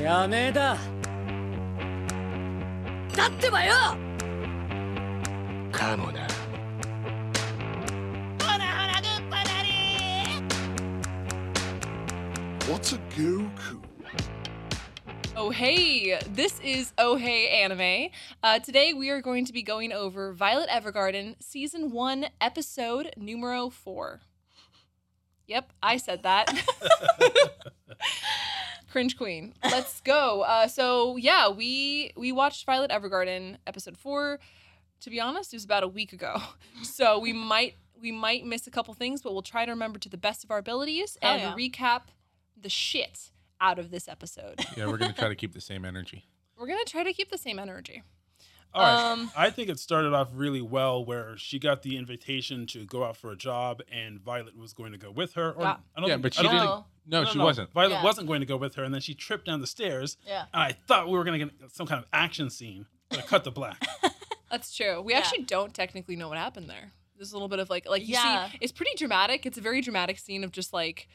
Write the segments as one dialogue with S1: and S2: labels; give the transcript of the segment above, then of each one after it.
S1: やめだ
S2: だってばよ
S3: かもな
S4: ほらほらグッパなり
S3: What's a Goku?
S5: Oh hey, this is Oh Hey Anime. Uh, today we are going to be going over Violet Evergarden season one, episode numero four. Yep, I said that. Cringe queen. Let's go. Uh, so yeah, we we watched Violet Evergarden episode four. To be honest, it was about a week ago, so we might we might miss a couple things, but we'll try to remember to the best of our abilities
S2: Hell
S5: and recap the shit out of this episode.
S6: Yeah, we're gonna try to keep the same energy.
S5: We're gonna try to keep the same energy.
S7: All right.
S5: Um,
S7: I think it started off really well where she got the invitation to go out for a job and Violet was going to go with her. Or,
S5: Yeah.
S7: I don't
S6: Yeah,
S7: think,
S6: but
S7: I
S6: she
S7: don't
S6: didn't.
S7: think-
S6: No, she wasn't.
S7: Violet
S2: Yeah.
S7: wasn't going to go with her and then she tripped down the stairs.
S2: Yeah.
S7: And I thought we were going to get some kind of action scene. But I cut the black.
S5: That's true. We
S2: Yeah.
S5: actually don't technically know what happened there. There's a little bit of like, like you
S2: Yeah.
S5: see, it's pretty dramatic. It's a very dramatic scene of just like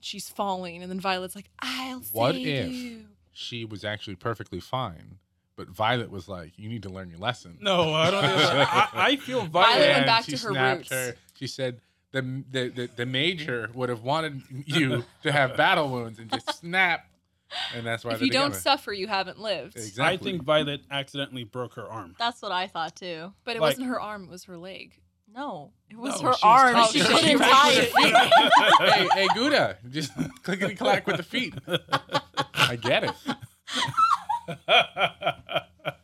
S5: she's falling, and then Violet's like, "I'll
S6: What
S5: save
S6: if?
S5: you."
S6: She was actually perfectly fine, but Violet was like, "You need to learn your lesson."
S7: No, I don't think that's- I, I feel
S5: Violet
S7: Violet.
S5: went
S6: And
S5: back
S6: she
S5: to her
S6: snapped
S5: roots.
S6: her. She said. The, the, the, the major would have wanted you to have battle wounds and just snap, and that's why
S5: If
S6: they're
S5: you don't
S6: together.
S5: suffer, you haven't lived.
S6: Exactly.
S7: I think Violet accidentally broke her arm.
S2: That's what I thought too.
S5: But it
S7: Like-
S5: wasn't her arm; it was her leg.
S2: No, it was
S7: No,
S2: her
S7: she was
S2: arm.
S7: tied-
S2: she
S5: she
S2: couldn't
S5: was
S2: tie
S5: tied.
S2: it.
S6: hey, hey, Gouda, just clickety clack with the feet. I get it.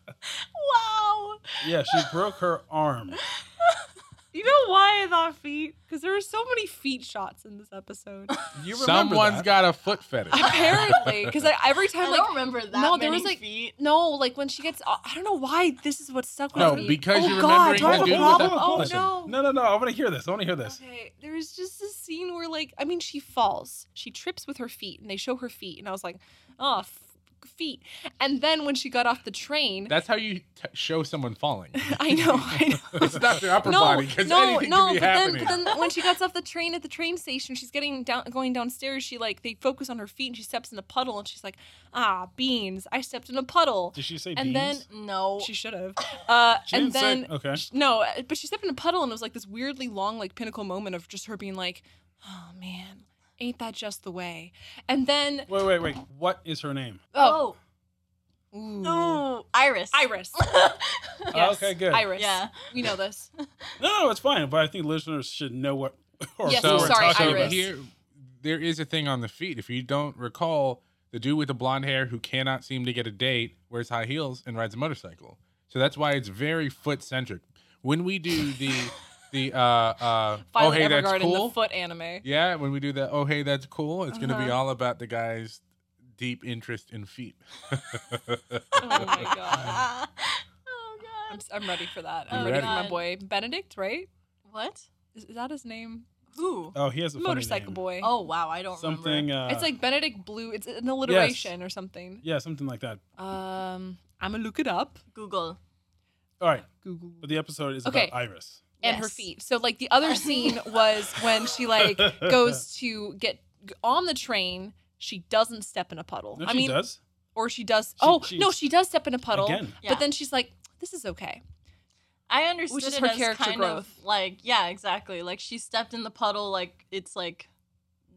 S2: Wow.
S7: yeah, she broke her arm.
S5: You know why I thought feet? Because there were so many feet shots in this episode.
S7: You remember
S6: Someone's
S7: that.
S6: got a foot fetish.
S5: Apparently, because every
S2: I
S5: time
S2: don't
S5: like
S2: remember that.
S5: no, there was,
S2: many
S5: like-
S2: feet.
S5: No, like when she gets, I don't know why this is what stuck with
S6: No,
S5: me.
S6: because
S5: oh,
S6: you're
S5: God,
S6: remembering
S5: do I
S6: the
S5: have a
S6: dude with
S5: problem?
S6: the-
S5: Oh
S6: Listen.
S5: no.
S7: No, no, no. I want to hear this. I want to hear this.
S5: Okay, there's just this scene where like, I mean, she falls, she trips with her feet, and they show her feet, and I was like, oh, f- feet. And then when she got off the train,
S6: That's how you t- show someone falling.
S5: I know, I know.
S6: It's not their upper
S5: no,
S6: body because
S5: no,
S6: anything
S5: no.
S6: could be
S5: but
S6: happening.
S5: then, but then when she gets off the train at the train station, she's getting down, going downstairs. She like they focus on her feet, and she steps in a puddle, and she's like, "Ah, beans! I stepped in a puddle."
S7: Did she say
S5: And
S7: beans?
S5: then
S2: No.
S5: She should have. Uh,
S7: She didn't
S5: and
S7: say-
S6: "Oh,
S5: then
S7: okay.
S5: sh- no, uh, but she stepped in a puddle and it was like this weirdly long, like pinnacle moment of just her being like, "Oh man, ain't that just the way?" And then
S7: Wait, wait, wait. What is her name?
S5: oh,
S2: Oh,
S5: ooh.
S2: no. Iris.
S5: Iris. Yes,
S7: Okay, good.
S5: Iris.
S2: Yeah. Oh,
S5: we know this.
S7: No, no, it's fine. But I think listeners should know what. Or
S5: Yes,
S7: who
S6: so,
S5: I'm
S7: we're
S5: sorry,
S7: talking
S5: Iris.
S7: about.
S6: Here, there is a thing on the feet. If you don't recall, the dude with the blonde hair who cannot seem to get a date wears high heels and rides a motorcycle. So that's why it's very foot centric. When we do the the uh, uh, oh
S5: Violet
S6: hey that's
S5: Evergarden,
S6: cool,
S5: the foot Uh-huh. anime.
S6: yeah. When we do the oh hey that's cool, it's going to be all about the guy's deep interest in feet.
S5: Oh my god.
S2: Ah. oh
S5: I'm,
S2: God.
S5: s- I'm ready for that. I'm
S6: You
S5: ready,
S6: ready?
S5: for my boy Benedict, right?
S2: What?
S5: Is, is that his name?
S2: Who?
S7: Oh, he has a funny
S5: Motorcycle
S7: name.
S5: boy.
S2: Oh wow, I don't
S7: Something.
S2: remember.
S7: Uh,
S5: it's like Benedict Blue. It's an alliteration or something.
S7: yeah, something like that.
S5: Um, I'm gonna look it up.
S2: Google.
S7: All right,
S5: Google.
S7: but the episode is
S5: Okay.
S7: about Iris.
S5: and her
S2: Yes.
S5: feet. So like the other scene was when she like goes to get on the train. She doesn't step in a puddle.
S7: No,
S5: I
S7: she
S5: mean,
S7: does.
S5: or she does. oh
S7: she-
S5: no, she does step in a puddle.
S7: Again.
S2: Yeah.
S5: But then she's like, "This is okay."
S2: I understood
S5: is
S2: it
S5: her
S2: as
S5: character
S2: kind
S5: growth.
S2: of like yeah, exactly. Like she stepped in the puddle, like it's like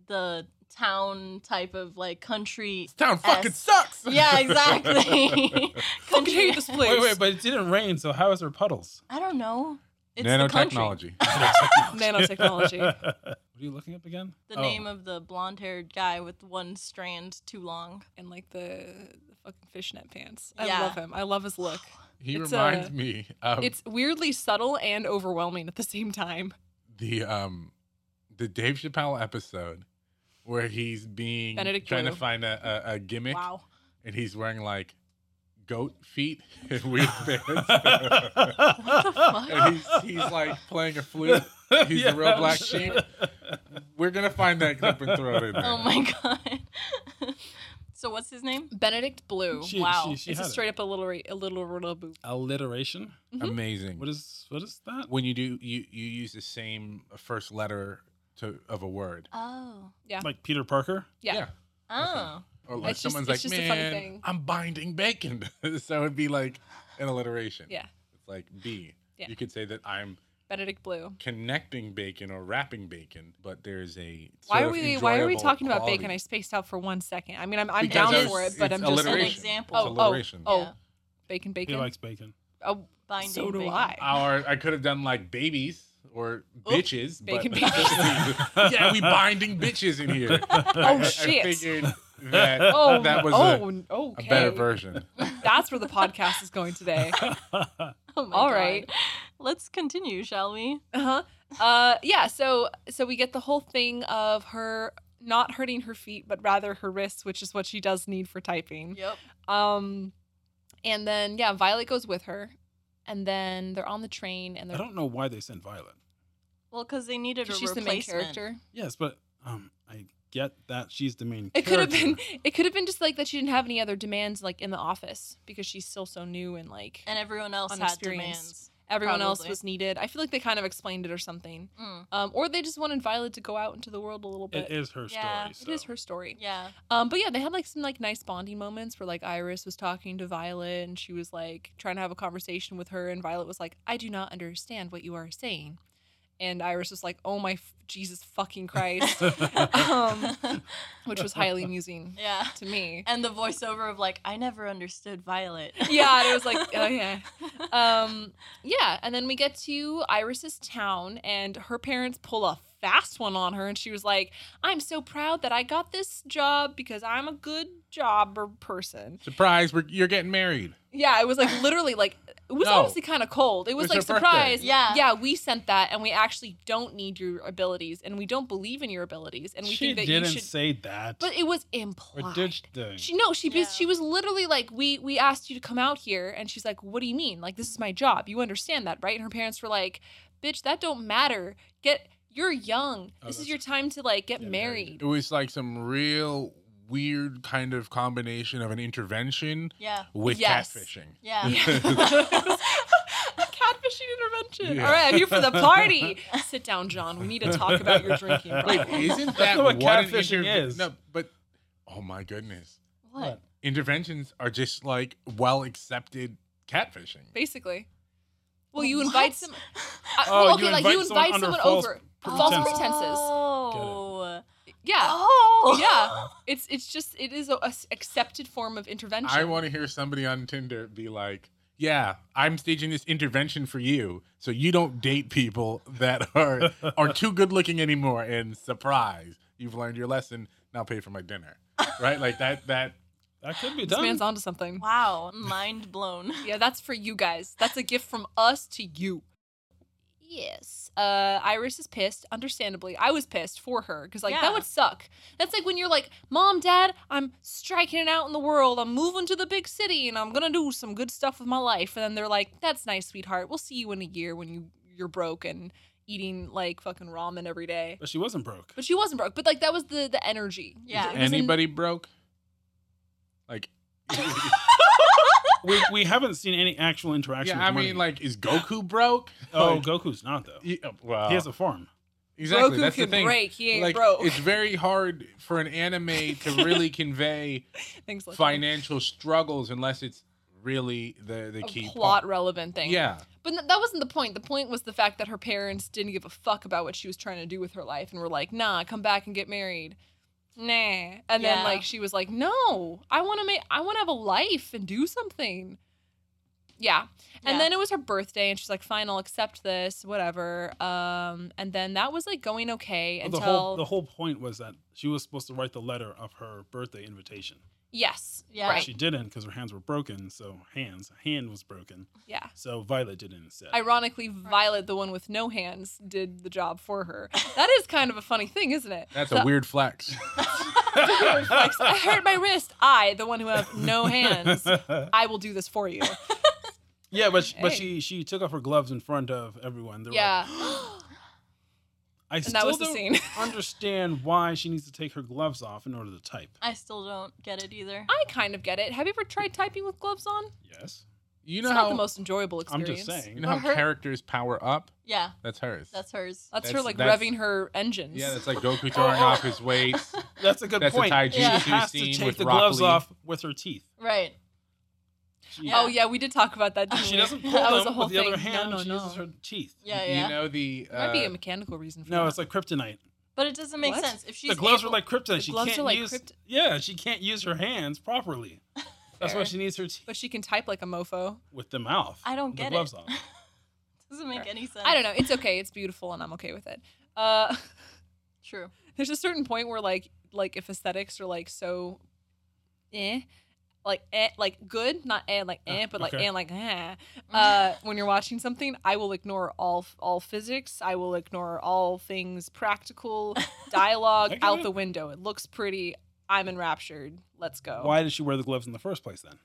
S2: the town type of like country.
S6: Town fucking
S2: S.
S6: sucks.
S2: Yeah, exactly.
S5: Fucking hate this place.
S7: Wait, wait, but it didn't rain, so how is her puddles?
S2: I don't know. It's the country.
S6: Nanotechnology.
S5: Nanotechnology.
S7: what are you looking up again? Oh.
S2: The name
S5: Oh.
S2: of the blonde-haired guy with one strand too long.
S5: and like the, the fucking fishnet pants. I
S2: Yeah.
S5: love him. I love his look.
S6: He
S5: It's,
S6: reminds
S5: uh,
S6: me
S7: Um,
S6: of
S5: It's weirdly subtle and overwhelming at the same time.
S6: the um the Dave Chappelle episode where he's being
S5: Benedict
S6: trying
S5: Blue.
S6: to find a, a, a gimmick
S5: Wow.
S6: and he's wearing like goat feet and weird pants. and
S7: the
S6: he's, he's like playing a flute. He's
S7: Yeah.
S6: the real black sheep. We're gonna find that clip and throw it in there.
S2: Oh my god. so what's his name?
S5: Benedict Blue.
S7: She-
S5: wow.
S7: she- she
S5: it's a
S7: had it.
S5: straight up a little a little little boo.
S7: Alliteration.
S6: Amazing.
S7: What is what is that?
S6: when you do you you use the same first letter to of a word.
S2: Oh.
S7: Like Peter Parker.
S5: Yeah.
S2: Oh.
S6: Or like
S5: It's just-
S6: someone's
S5: it's
S6: like,
S5: just a funny
S6: man,
S5: thing."
S6: I'm binding bacon. so it'd be like an alliteration.
S5: Yeah.
S6: It's like B.
S5: Yeah.
S6: You could say that I'm
S5: Benedict Blue.
S6: connecting bacon or wrapping bacon, but there's a.
S5: Why
S6: sort
S5: are
S6: of
S5: we Why are we
S6: enjoyable
S5: talking about
S6: quality.
S5: bacon? I spaced out for one second. I mean, I'm, I'm
S6: Because
S5: down
S2: it's-
S5: for it, but
S6: it's
S5: I'm just
S2: an
S6: alliteration.
S5: like,
S2: example.
S6: It's
S5: oh, oh,
S6: alliteration.
S5: oh,
S2: Yeah.
S5: bacon,
S7: He
S5: bacon.
S7: likes bacon.
S5: oh,
S2: Binding
S5: so do
S2: bacon.
S5: I.
S6: Or I could have done like babies or bitches.
S5: bacon
S6: but
S7: bitches.
S6: yeah, we binding bitches in here.
S5: Oh
S6: I
S5: shit.
S6: figured that
S5: Oh,
S6: that was a-
S5: oh,
S6: a,
S5: okay.
S6: better version.
S5: That's where the podcast is going today.
S2: Oh my
S5: All
S2: God.
S5: right.
S2: Let's continue, shall we?
S5: Uh-huh. Uh yeah, so so we get the whole thing of her not hurting her feet, but rather her wrists, which is what she does need for typing.
S2: Yep.
S5: Um and then yeah, Violet goes with her. And then they're on the train and
S7: I
S5: they're
S7: don't know why they sent Violet.
S2: Well, because they needed a
S5: 'cause she's the main
S2: replacement.
S5: character.
S7: Yes, but um, I get that she's the main.
S5: It could have been
S7: character.
S5: it could have been just like that she didn't have any other demands like in the office because she's still so new and like
S2: And everyone else
S5: On
S2: had
S5: experience.
S2: demands.
S5: everyone else
S2: probably.
S5: was needed. I feel like they kind of explained it or something.
S2: Mm,
S5: Um or they just wanted Violet to go out into the world a little bit.
S7: It is her
S2: Yeah,
S7: story.
S5: It is
S7: so.
S5: her story.
S2: yeah.
S5: Um, but yeah, they had like some like nice bonding moments where like Iris was talking to Violet and she was like trying to have a conversation with her, and Violet was like, "I do not understand what you are saying," and Iris was like, "Oh my f- Jesus fucking Christ," um, which was highly amusing
S2: yeah.
S5: to me.
S2: And the voiceover of like, I never understood Violet.
S5: Yeah, and it was like, oh yeah, um, yeah. And then we get to Iris's town, and her parents pull a fast one on her, and she was like, "I'm so proud that I got this job because I'm a good jobber person."
S6: Surprise, we're, you're getting married.
S5: Yeah, it was like literally like it was
S6: No.
S5: honestly kind of cold. It was
S6: was
S5: like
S6: her birthday.
S5: surprise.
S2: Yeah.
S5: yeah, we sent that, and we actually don't need your abilities, and we don't believe in your abilities, and we
S7: she
S5: think that
S7: didn't
S5: you should.
S7: say that.
S5: but it was
S7: or
S5: implied.
S7: did she?
S5: she no, she
S2: Yeah.
S5: was she was literally like, we we asked you to come out here, and she's like, what do you mean? Like this is my job. You understand that, right? And her parents were like, bitch, that don't matter. Get you're young.
S7: Oh,
S5: this is
S7: that's-
S5: your time to like get
S7: Get
S5: married.
S7: married.
S6: It was like some real weird kind of combination of an intervention
S2: yeah.
S6: with
S5: Yes.
S6: catfishing.
S2: Yeah.
S5: Yeah. Catfishing intervention.
S6: Yeah.
S5: All right, I'm here for the party. Sit down, John. We need to talk about your drinking
S6: Wait,
S5: problem.
S6: isn't
S7: That's
S6: that
S7: not what
S6: an
S7: catfishing
S6: interve-
S7: is.
S6: No, but oh my goodness,
S2: What?
S6: interventions are just like well accepted catfishing.
S5: Basically. Well, you
S2: What?
S5: invite some. I-
S7: Oh,
S5: well,
S7: you
S5: okay, like you
S7: invite someone
S5: invite
S7: under
S5: someone
S7: false
S5: over.
S7: pretenses.
S5: False pretenses.
S2: Oh.
S5: Yeah.
S2: Oh.
S5: Yeah. It's it's just it is a, a s- accepted form of intervention.
S6: I want to hear somebody on Tinder be like, "Yeah, I'm staging this intervention for you, so you don't date people that are are too good looking anymore." And surprise, you've learned your lesson. Now pay for my dinner, right? Like that. That
S7: that could be
S5: this
S7: done.
S5: man's onto something.
S2: Wow. Mind blown.
S5: Yeah, that's for you guys. That's a gift from us to you. Yes. Uh, Iris is pissed, understandably. I was pissed for her because, like,
S2: Yeah.
S5: that would suck. That's like when you're like, Mom, Dad, I'm striking it out in the world. I'm moving to the big city and I'm going to do some good stuff with my life. And then they're like, That's nice, sweetheart. We'll see you in a year when you, you're broke and eating, like, fucking ramen every day.
S7: but she wasn't broke.
S5: But she wasn't broke. But, like, that was the, the energy.
S2: Yeah.
S5: It was in-
S6: anybody broke? Like,
S7: we, we haven't seen any actual interaction.
S6: yeah, I
S7: with money.
S6: mean, like, is Goku broke?
S7: oh,
S6: Like,
S7: Goku's not though.
S6: yeah, uh, well,
S7: he has a farm.
S6: exactly.
S5: Goku
S6: that's
S5: can
S6: the thing.
S5: break. He ain't
S6: like,
S5: broke.
S6: it's very hard for an anime to really convey
S5: Things like that.
S6: financial struggles unless it's really the the
S5: A
S6: key
S5: plot
S6: part.
S5: relevant thing.
S6: Yeah,
S5: But th- that wasn't the point. The point was the fact that her parents didn't give a fuck about what she was trying to do with her life and were like, "Nah, come back and get married." Nah. And then
S2: Yeah.
S5: like she was like, "No, I want to make I want to have a life and do something." Yeah. And
S2: Yeah.
S5: then it was her birthday and she's like, "Fine, I'll accept this, whatever." Um and then that was like going okay
S7: Well,
S5: until
S7: the whole the whole point was that she was supposed to write the letter of her birthday invitation.
S5: Yes.
S2: Yeah.
S7: But
S5: Right.
S7: she didn't because her hands were broken. So hands, hand was broken.
S5: Yeah.
S7: So Violet did it instead.
S5: Ironically, Violet, the one with no hands, did the job for her. That is kind of a funny thing, isn't it?
S6: that's
S5: So-
S6: a weird flex.
S5: Like, I hurt my wrist. I, the one who have no hands, I will do this for you.
S7: yeah, but she, but
S5: Hey.
S7: she she took off her gloves in front of everyone. They were
S5: Yeah.
S7: like, I
S5: that
S7: still
S5: was the
S7: don't
S5: scene.
S7: understand why she needs to take her gloves off in order to type.
S2: I still don't get it either.
S5: I kind of get it. Have you ever tried typing with gloves on?
S7: Yes.
S6: You
S5: It's
S6: know
S5: not
S6: how
S5: the most enjoyable
S7: I'm
S5: experience.
S7: just
S6: you
S7: saying.
S6: know how
S5: Well, her-
S6: characters power up.
S2: Yeah,
S6: That's hers.
S2: that's hers. Uh,
S5: That's, her
S6: That's-
S5: like
S6: that's-
S5: revving her engines.
S6: yeah, that's like Goku throwing off his weight.
S7: That's a good
S6: That's a
S7: point.
S6: Tai
S7: She
S2: Yeah.
S6: Jitsu
S7: has to
S6: scene
S7: take
S6: with
S7: the
S6: Rock
S7: gloves
S6: Lee.
S7: off with her teeth.
S2: Right.
S7: She,
S5: Oh yeah, we did talk about that. Didn't
S7: Ah, she
S5: we?
S7: doesn't pull
S5: That was a
S7: them
S5: whole
S7: with the
S5: thing.
S7: other hand.
S5: No, no,
S7: she
S5: no.
S7: uses her teeth.
S2: Yeah, yeah.
S6: You know the
S5: Might be a
S6: uh,
S5: mechanical reason for that.
S7: No, it's like kryptonite.
S2: but it doesn't make
S5: What?
S2: sense if she's
S7: the gloves
S2: able-
S7: are like kryptonite. She
S5: gloves
S7: can't
S5: are like
S7: use.
S5: krypt-
S7: yeah, she can't use her hands properly. That's why
S5: Fair.
S7: she needs her teeth
S5: but she can type like a mofo.
S7: with the mouth.
S2: I don't
S7: with
S2: get
S7: the gloves
S2: it.
S7: off.
S2: doesn't make any sense.
S5: I don't know. It's okay. It's beautiful, and I'm okay with it. Uh,
S2: True.
S5: there's a certain point where like like if aesthetics are like so, eh, like eh, like good, not eh, like eh, but like
S7: Ah, okay.
S5: eh, like eh. Uh, when you're watching something, I will ignore all all physics. I will ignore all things practical.
S7: I
S5: Dialogue
S7: get
S5: out
S7: it.
S5: the window. It looks pretty. I'm enraptured. Let's go.
S7: Why did she wear the gloves in the first place then?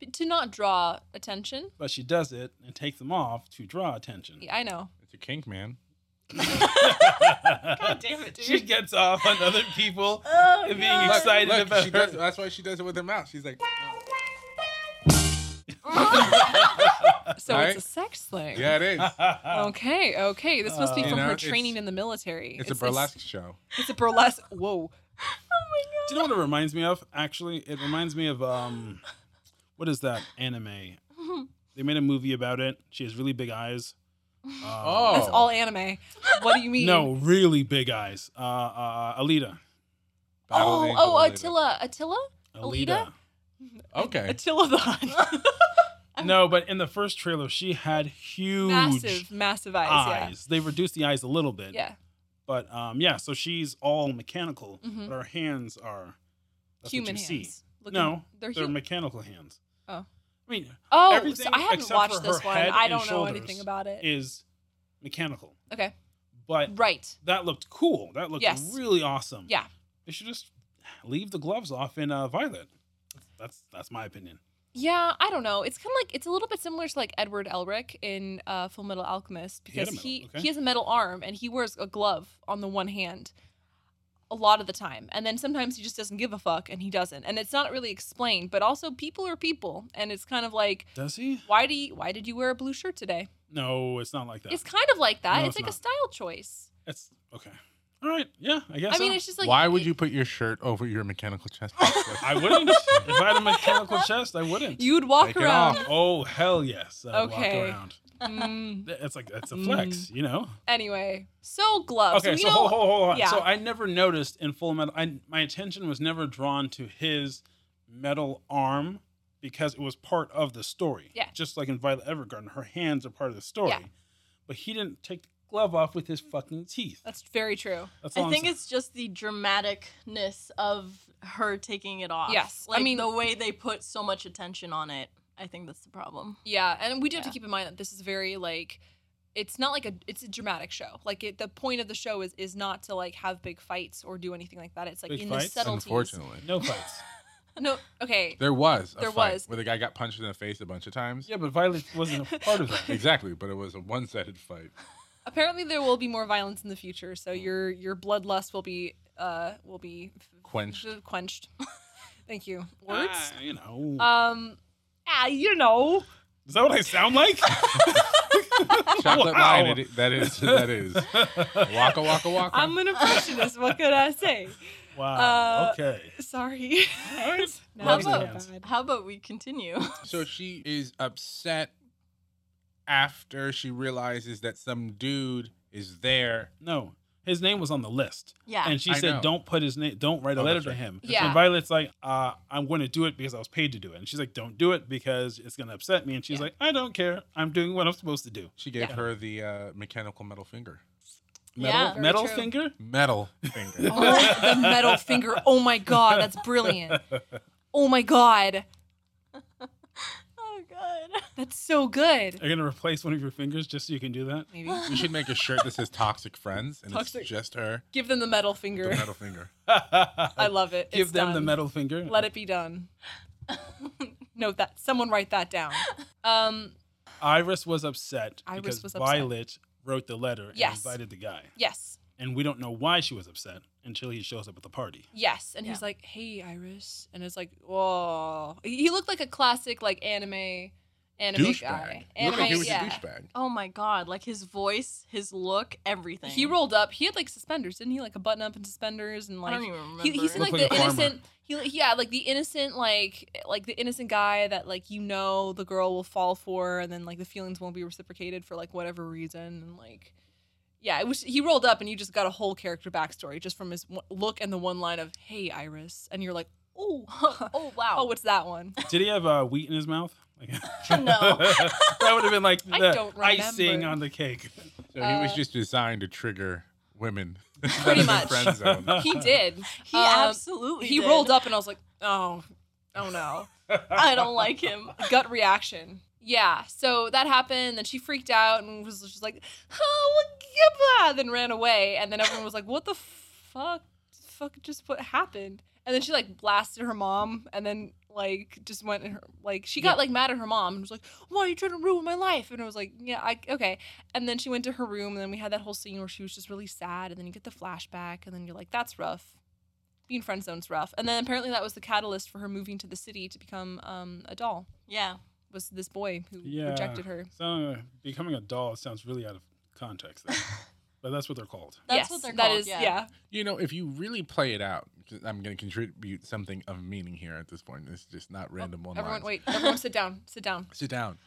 S5: But to not draw attention.
S7: But she does it and takes them off to draw attention.
S5: Yeah, I know.
S6: it's a kink man.
S7: God
S2: damn it, dude.
S7: She gets off on other people
S2: Oh,
S7: and being
S2: no.
S6: Look,
S7: excited
S6: look,
S7: about
S6: she
S7: her.
S6: does, that's why she does it with her mouth. She's like,
S5: So
S6: Right?
S5: it's a sex thing.
S6: yeah, it is.
S5: Okay, okay. This must be
S7: Uh,
S5: from
S7: you
S6: know,
S5: her
S6: it's-
S5: training in the military.
S6: It's a burlesque show.
S5: It's, a burlesque. Whoa.
S7: Do you know what it reminds me of? Actually, it reminds me of um, what is that anime? They made a movie about it. She has really big eyes. Um,
S6: Oh.
S5: That's all anime. What do you mean?
S7: no, really big eyes. Uh, uh, Alita.
S6: Battle of
S5: Oh,
S6: the Angel
S5: oh,
S6: Alita.
S5: Attila, Attila, Alita?
S6: Okay.
S5: Attila the Hun.
S7: No, but in the first trailer, she had huge
S5: massive, massive eyes.
S7: eyes. They reduced the eyes a little bit.
S5: Yeah,
S7: But um, yeah, so she's all mechanical,
S5: Mhm.
S7: but her hands are
S5: yeah.
S7: that's
S5: Human
S7: what you see.
S5: hands. Looking-
S7: no,
S5: they're,
S7: they're,
S5: hu-
S7: mechanical hands.
S5: Oh.
S7: I mean,
S5: Oh, so
S7: everything
S5: I haven't
S7: except for
S5: watched this
S7: her
S5: one.
S7: head
S5: I
S7: and
S5: don't know
S7: shoulders
S5: anything about it.
S7: is mechanical,
S5: okay,
S7: but
S5: right.
S7: that looked cool. That looked
S5: Mm. Yes.
S7: really awesome.
S5: Yeah.
S7: They should just leave the gloves off in uh, Violet. That's that's my opinion.
S5: Yeah, I don't know. It's kind of like it's a little bit similar to like Edward Elric in uh, Full Metal Alchemist
S7: He had a
S5: because
S7: metal-
S5: he
S7: okay.
S5: he has a metal arm and he wears a glove on the one hand a lot of the time, and then sometimes he just doesn't give a fuck and he doesn't, and it's not really explained. But also, people are people, and it's kind of like
S7: Does he?
S5: why do you, why did you wear a blue shirt today?
S7: No, it's not like that.
S5: It's
S7: It's,
S5: kind of like that.
S7: No,
S5: it's,
S7: it's
S5: like
S7: not.
S5: a style choice.
S7: okay. All right. Yeah, I guess.
S5: I mean,
S7: so.
S5: it's just like
S6: Why would
S5: it-
S6: you put your shirt over your mechanical chest? piece?
S7: I wouldn't. if I had a mechanical chest, I wouldn't.
S5: You'd walk
S6: Take it
S5: around.
S6: off.
S7: oh hell yes. I'd
S5: Okay.
S7: Walk around.
S5: Mm.
S7: It's like that's a flex, you know.
S5: Anyway, so gloves.
S7: Okay,
S5: we
S7: so
S5: know
S7: hold, hold, hold on.
S5: yeah.
S7: So I never noticed in Full Metal. I, my attention was never drawn to his metal arm because it was part of the story.
S5: Yeah.
S7: Just like in Violet Evergarden, her hands are part of the story.
S5: Yeah.
S7: But he didn't take the glove off with his fucking teeth.
S5: that's very true.
S7: That's all
S2: I
S7: I'm
S2: think
S7: saying.
S2: it's just the dramaticness of her taking it off.
S5: Yes, I
S2: Like
S5: mean-
S2: the way they put so much attention on it. I think that's the problem.
S5: Yeah, and we do have
S2: Yeah.
S5: to keep in mind that this is very like it's not like a it's a dramatic show. Like it, the point of the show is is not to like have big fights or do anything like that. It's like
S7: Big
S5: in the
S7: fights?
S5: subtleties.
S6: Unfortunately,
S7: no fights.
S5: No, okay.
S6: there was a
S5: There
S6: fight
S5: was.
S6: where the guy got punched in the face a bunch of times.
S7: yeah, but Violet wasn't a part of that.
S6: Exactly, but it was a one-sided fight.
S5: Apparently there will be more violence in the future,
S7: Mm.
S5: so your your bloodlust will be uh will be f-
S6: Quenched.
S5: f- quenched. Thank you. Words.
S7: Ah, you know.
S5: Um ah, you know.
S7: is that what I sound like?
S6: Chocolate
S7: Wow.
S6: line. It, that is. That is. Waka waka waka.
S5: I'm an impressionist. what could I say?
S7: wow.
S5: Uh,
S7: okay.
S5: Sorry.
S7: All right.
S5: Now
S2: How
S5: I'm so
S2: about-
S5: bad.
S2: How about we continue?
S6: So she is upset after she realizes that some dude is there.
S7: No, his name was on the list.
S2: yeah.
S7: And she
S6: I
S7: said,
S6: know.
S7: "Don't put his name. Don't write a
S6: Oh,
S7: letter
S6: that's
S7: to
S6: right.
S7: him."
S5: Yeah.
S7: And Violet's like, uh, "I'm going to do it because I was paid to do it." And she's like, "Don't do it because it's going to upset me." And she's
S5: Yeah.
S7: like, "I don't care. I'm doing what I'm supposed to do."
S6: She gave
S5: Yeah.
S6: her the uh, mechanical metal finger.
S7: Metal,
S2: Yeah. Very
S7: metal
S5: true.
S7: finger.
S6: Metal finger.
S5: Oh, the metal finger. Oh my god, that's brilliant. Oh my god,
S2: oh god.
S5: that's so good.
S7: Are you going to replace one of your fingers just so you can do that?
S5: Maybe
S6: We should make a shirt that says "Toxic Friends" and
S5: Toxic-
S6: it's just her,
S5: give them the metal
S6: the
S5: finger.
S6: metal finger.
S5: I love it.
S7: Give
S5: It's
S7: them the
S5: done.
S7: metal finger.
S5: Let it be done. Note that someone write that down. Um,
S7: Iris was upset
S5: Iris
S7: because
S5: was upset.
S7: Violet wrote the letter and
S5: Yes.
S7: invited the guy,
S5: yes,
S7: and we don't know why she was upset until he shows up at the party.
S5: yes, and he's
S2: Yeah.
S5: like, "Hey, Iris," and it's like, "Whoa." He he looked like a classic like anime anime
S6: douchebag.
S5: guy.
S6: You look like he
S5: Anime,
S6: was a
S5: yeah.
S6: douchebag.
S2: Oh my god, like his voice, his look, everything.
S5: He rolled up. He had like suspenders, didn't he? Like a button up and suspenders, and
S2: I
S5: like
S2: don't even remember.
S5: he, he's in like
S7: Looked
S5: the
S7: like a farmer.
S5: innocent. He, yeah, like the innocent, like like the innocent guy that like you know the girl will fall for, and then like the feelings won't be reciprocated for like whatever reason, and like yeah, it was. He rolled up, and you just got a whole character backstory just from his one- look and the one line of "Hey, Iris," and you're like, oh,
S2: oh wow.
S5: oh, what's that one?
S7: Did he have uh, wheat in his mouth? Like-
S2: No.
S7: that would have been like
S5: Oh. I
S7: the
S5: don't
S7: icing
S5: remember.
S7: on the cake.
S6: So he was
S5: Uh,
S6: just designed to trigger women.
S5: Pretty much.
S6: Friend zone.
S5: He did.
S2: he
S5: Um,
S2: absolutely.
S5: he
S2: did.
S5: rolled up, and I was like, oh, oh no.
S2: I don't like him.
S5: gut reaction. Yeah, so that happened. Then she freaked out and was just like, "Oh, well, yeah," then ran away. And then everyone was like, "What the fuck? Fuck, just what happened?" And then she like blasted her mom, and then like just went in her like she got like mad at her mom and was like, "Why are you trying to ruin my life?" And I was like, "Yeah, I okay." And then she went to her room, and then we had that whole scene where she was just really sad, and then you get the flashback, and then you're like, "That's rough." Being friend zone's rough. And then apparently that was the catalyst for her moving to the city to become um, a doll
S2: Yeah.
S5: was this boy who
S7: Yeah.
S5: rejected her.
S7: So uh, becoming a doll sounds really out of context, there. but that's what they're called.
S2: That's
S5: yes,
S2: what they're
S5: that
S2: called.
S5: is-
S2: yeah.
S6: You know, if you really play it out, 'cause I'm going to contribute something of meaning here at this point. It's just not random one
S5: Oh, Everyone,
S6: lines.
S5: wait. Everyone, sit down. Sit down.
S6: Sit down.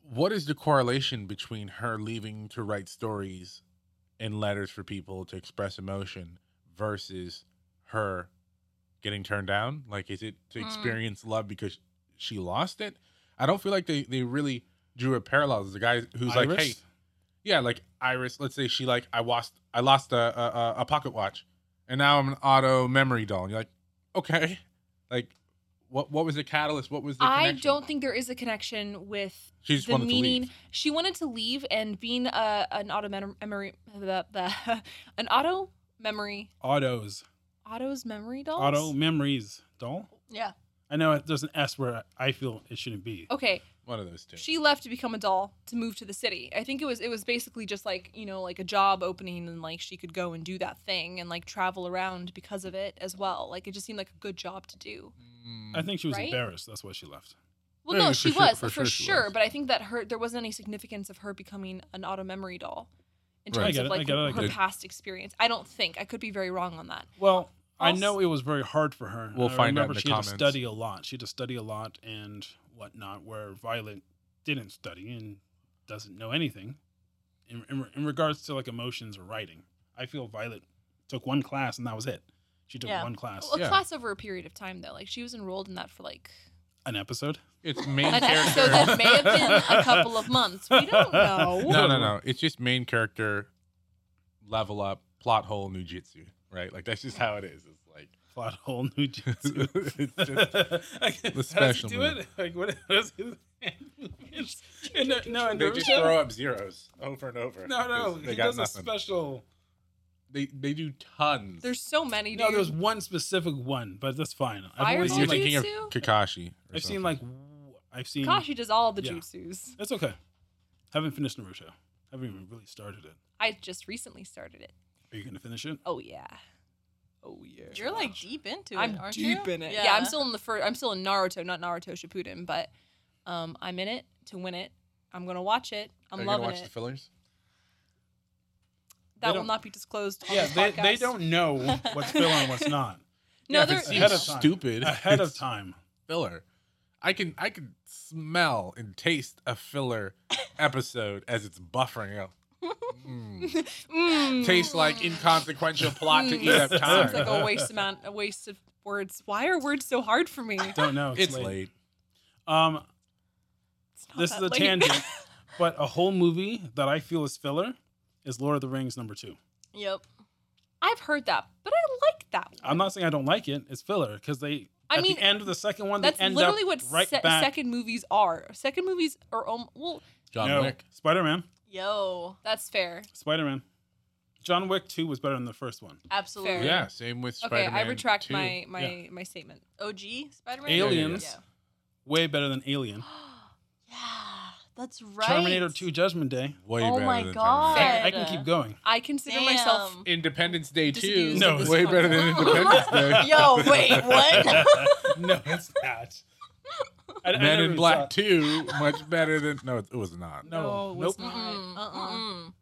S6: What is the correlation between her leaving to write stories and letters for people to express emotion versus her getting turned down? Like, is it to
S5: Hmm.
S2: Mm.
S6: experience love because she lost it? I don't feel like they, they really drew a parallel. There's a guy who's like,
S7: Iris?
S6: hey, yeah, like Iris. Let's say she like I lost I lost a a, a- a pocket watch, and now I'm an auto memory doll. And you're like, okay, like what what was the catalyst? What was the
S5: I
S6: connection?
S5: don't think there is a connection with
S6: She just
S5: the
S6: wanted
S5: meaning.
S6: to leave.
S5: She wanted to leave, and being uh, an auto mem- memory, blah, blah, blah, an auto memory,
S7: Autos,
S5: auto's memory dolls.
S7: auto memories doll.
S2: Yeah.
S7: I know it doesn't S where I feel it shouldn't be.
S5: Okay,
S6: One of those two.
S5: she left to become a doll to move to the city. I think it was it was basically just like you know like a job opening and like she could go and do that thing and like travel around because of it as well. Like it just seemed like a good job to do.
S6: Mm,
S7: I think she was
S5: Right?
S7: embarrassed. That's why she left.
S5: Well,
S6: Yeah,
S5: no,
S6: for
S5: she
S6: sure-
S5: was
S6: for
S5: for,
S6: sure
S5: sure,
S6: she was.
S5: but I think that her there wasn't any significance of her becoming an auto memory doll in
S6: Right. I
S5: terms
S7: get
S5: of
S7: it, I
S5: like
S7: get it, I
S5: her,
S7: get it.
S5: past experience. I don't think I could be very wrong on that.
S7: Well, I
S5: Also-
S7: know it was very hard for her.
S6: We'll
S7: I
S6: find out in
S7: remember
S6: the
S7: she
S6: comments.
S7: had to study a lot. She had to study a lot and whatnot, where Violet didn't study and doesn't know anything in, in, in regards to like emotions or writing. I feel Violet took one class and that was it. She took
S2: Yeah.
S7: one class,
S5: Well, a
S6: Yeah.
S5: class over a period of time though, like she was enrolled in that for like
S7: an episode.
S6: it's main
S5: an episode
S6: character.
S5: that may have been a couple of months. We don't know.
S6: No, no, no. It's just main character level up plot hole new jitsu, right? Like that's just how it is. It's like
S7: Plot hole new jutsu.
S6: It's just-
S7: Like, how does
S6: special
S7: he do
S6: move.
S7: it? Like what? How does he do it? In the- no, in
S6: they just
S7: Naruto?
S6: throw up zeros over and over.
S7: No, no,
S6: 'cause
S7: he does a special.
S6: they they do tons.
S5: There's so many.
S7: No,
S5: dude.
S7: there's one specific one, but that's fine. I've only
S5: Fireball
S6: You're
S7: seen like
S6: thinking of
S5: Jujutsu?
S6: Kakashi. or
S7: I've
S6: something.
S7: seen like w- I've seen.
S5: Kashi does all the
S7: Yeah.
S5: jutsus.
S7: That's okay. Haven't finished Naruto. Haven't even really started it.
S5: I just recently started it.
S7: Are you gonna finish it?
S5: Oh yeah. Oh yeah.
S2: You're like deep into
S5: I'm
S2: it, aren't you?
S5: deep in it. Yeah. I'm still in the first. I'm still in Naruto, not Naruto Shippuden, but um, I'm in it to win it. I'm gonna watch it. I'm
S6: Are you
S5: loving
S6: gonna watch the
S5: it.
S6: fillers?
S5: That
S7: They
S5: will
S7: don't-
S5: not be disclosed. On
S7: yeah,
S5: Oh, this
S7: they, they
S5: podcast.
S7: don't know what's filler and what's not
S5: No,
S6: Yeah, if
S5: they're
S6: it
S7: Ahead
S6: seems
S7: of time.
S6: stupid.
S7: ahead of
S6: it's
S7: time.
S6: filler. I can I can smell and taste a filler episode as it's buffering up. Mm.
S5: Mm,
S6: Tastes like inconsequential plot to
S5: mm,
S6: eat up
S5: this
S6: time.
S5: Seems like a waste amount, a waste of words. Why are words so hard for me? It's
S7: Don't know. It's,
S6: it's
S7: late.
S6: late.
S7: Um,
S5: not
S7: this
S5: Oh, that
S7: is a
S5: late.
S7: tangent, but a whole movie that I feel is filler is Lord of the Rings number two.
S2: Yep.
S5: I've heard that, but I like that. One.
S7: I'm not saying I don't like it. It's filler because they.
S5: I
S7: at
S5: mean,
S7: the end of the second one,
S5: That's
S7: they end
S5: literally
S7: up
S5: what
S7: right
S5: se-
S7: back.
S5: second movies are. Second movies are om- well.
S6: John
S7: no,
S6: Wick.
S7: Spider Man.
S2: Yo.
S5: That's fair.
S7: Spider Man. John Wick two was better than the first one.
S2: Absolutely.
S5: Fair.
S6: Yeah, same with
S5: Okay,
S6: Spider-Man.
S5: I retract
S6: 2.
S5: my my my statement.
S2: OG Spider-Man.
S7: Aliens.
S2: Yeah.
S7: Way better than Alien.
S2: Yeah, that's right.
S7: Terminator two Judgment Day.
S6: Way
S2: Oh
S6: better
S2: my
S6: than Terminator.
S2: God.
S7: I, I
S2: Good.
S7: can keep going.
S5: I consider myself
S2: Damn.
S6: Independence Day two.
S5: Disabused
S7: No, of this
S6: way better than
S2: concept.
S6: Independence Day.
S2: Yo, wait, what?
S7: no, it's not. I- I
S6: Men
S7: never
S6: in
S7: even
S6: Black
S7: saw it.
S6: 2 much better than no, it, it was not.
S7: No,
S5: No,
S7: nope.
S5: it's not.
S2: Mm-mm,
S5: Uh-uh.
S2: mm-mm.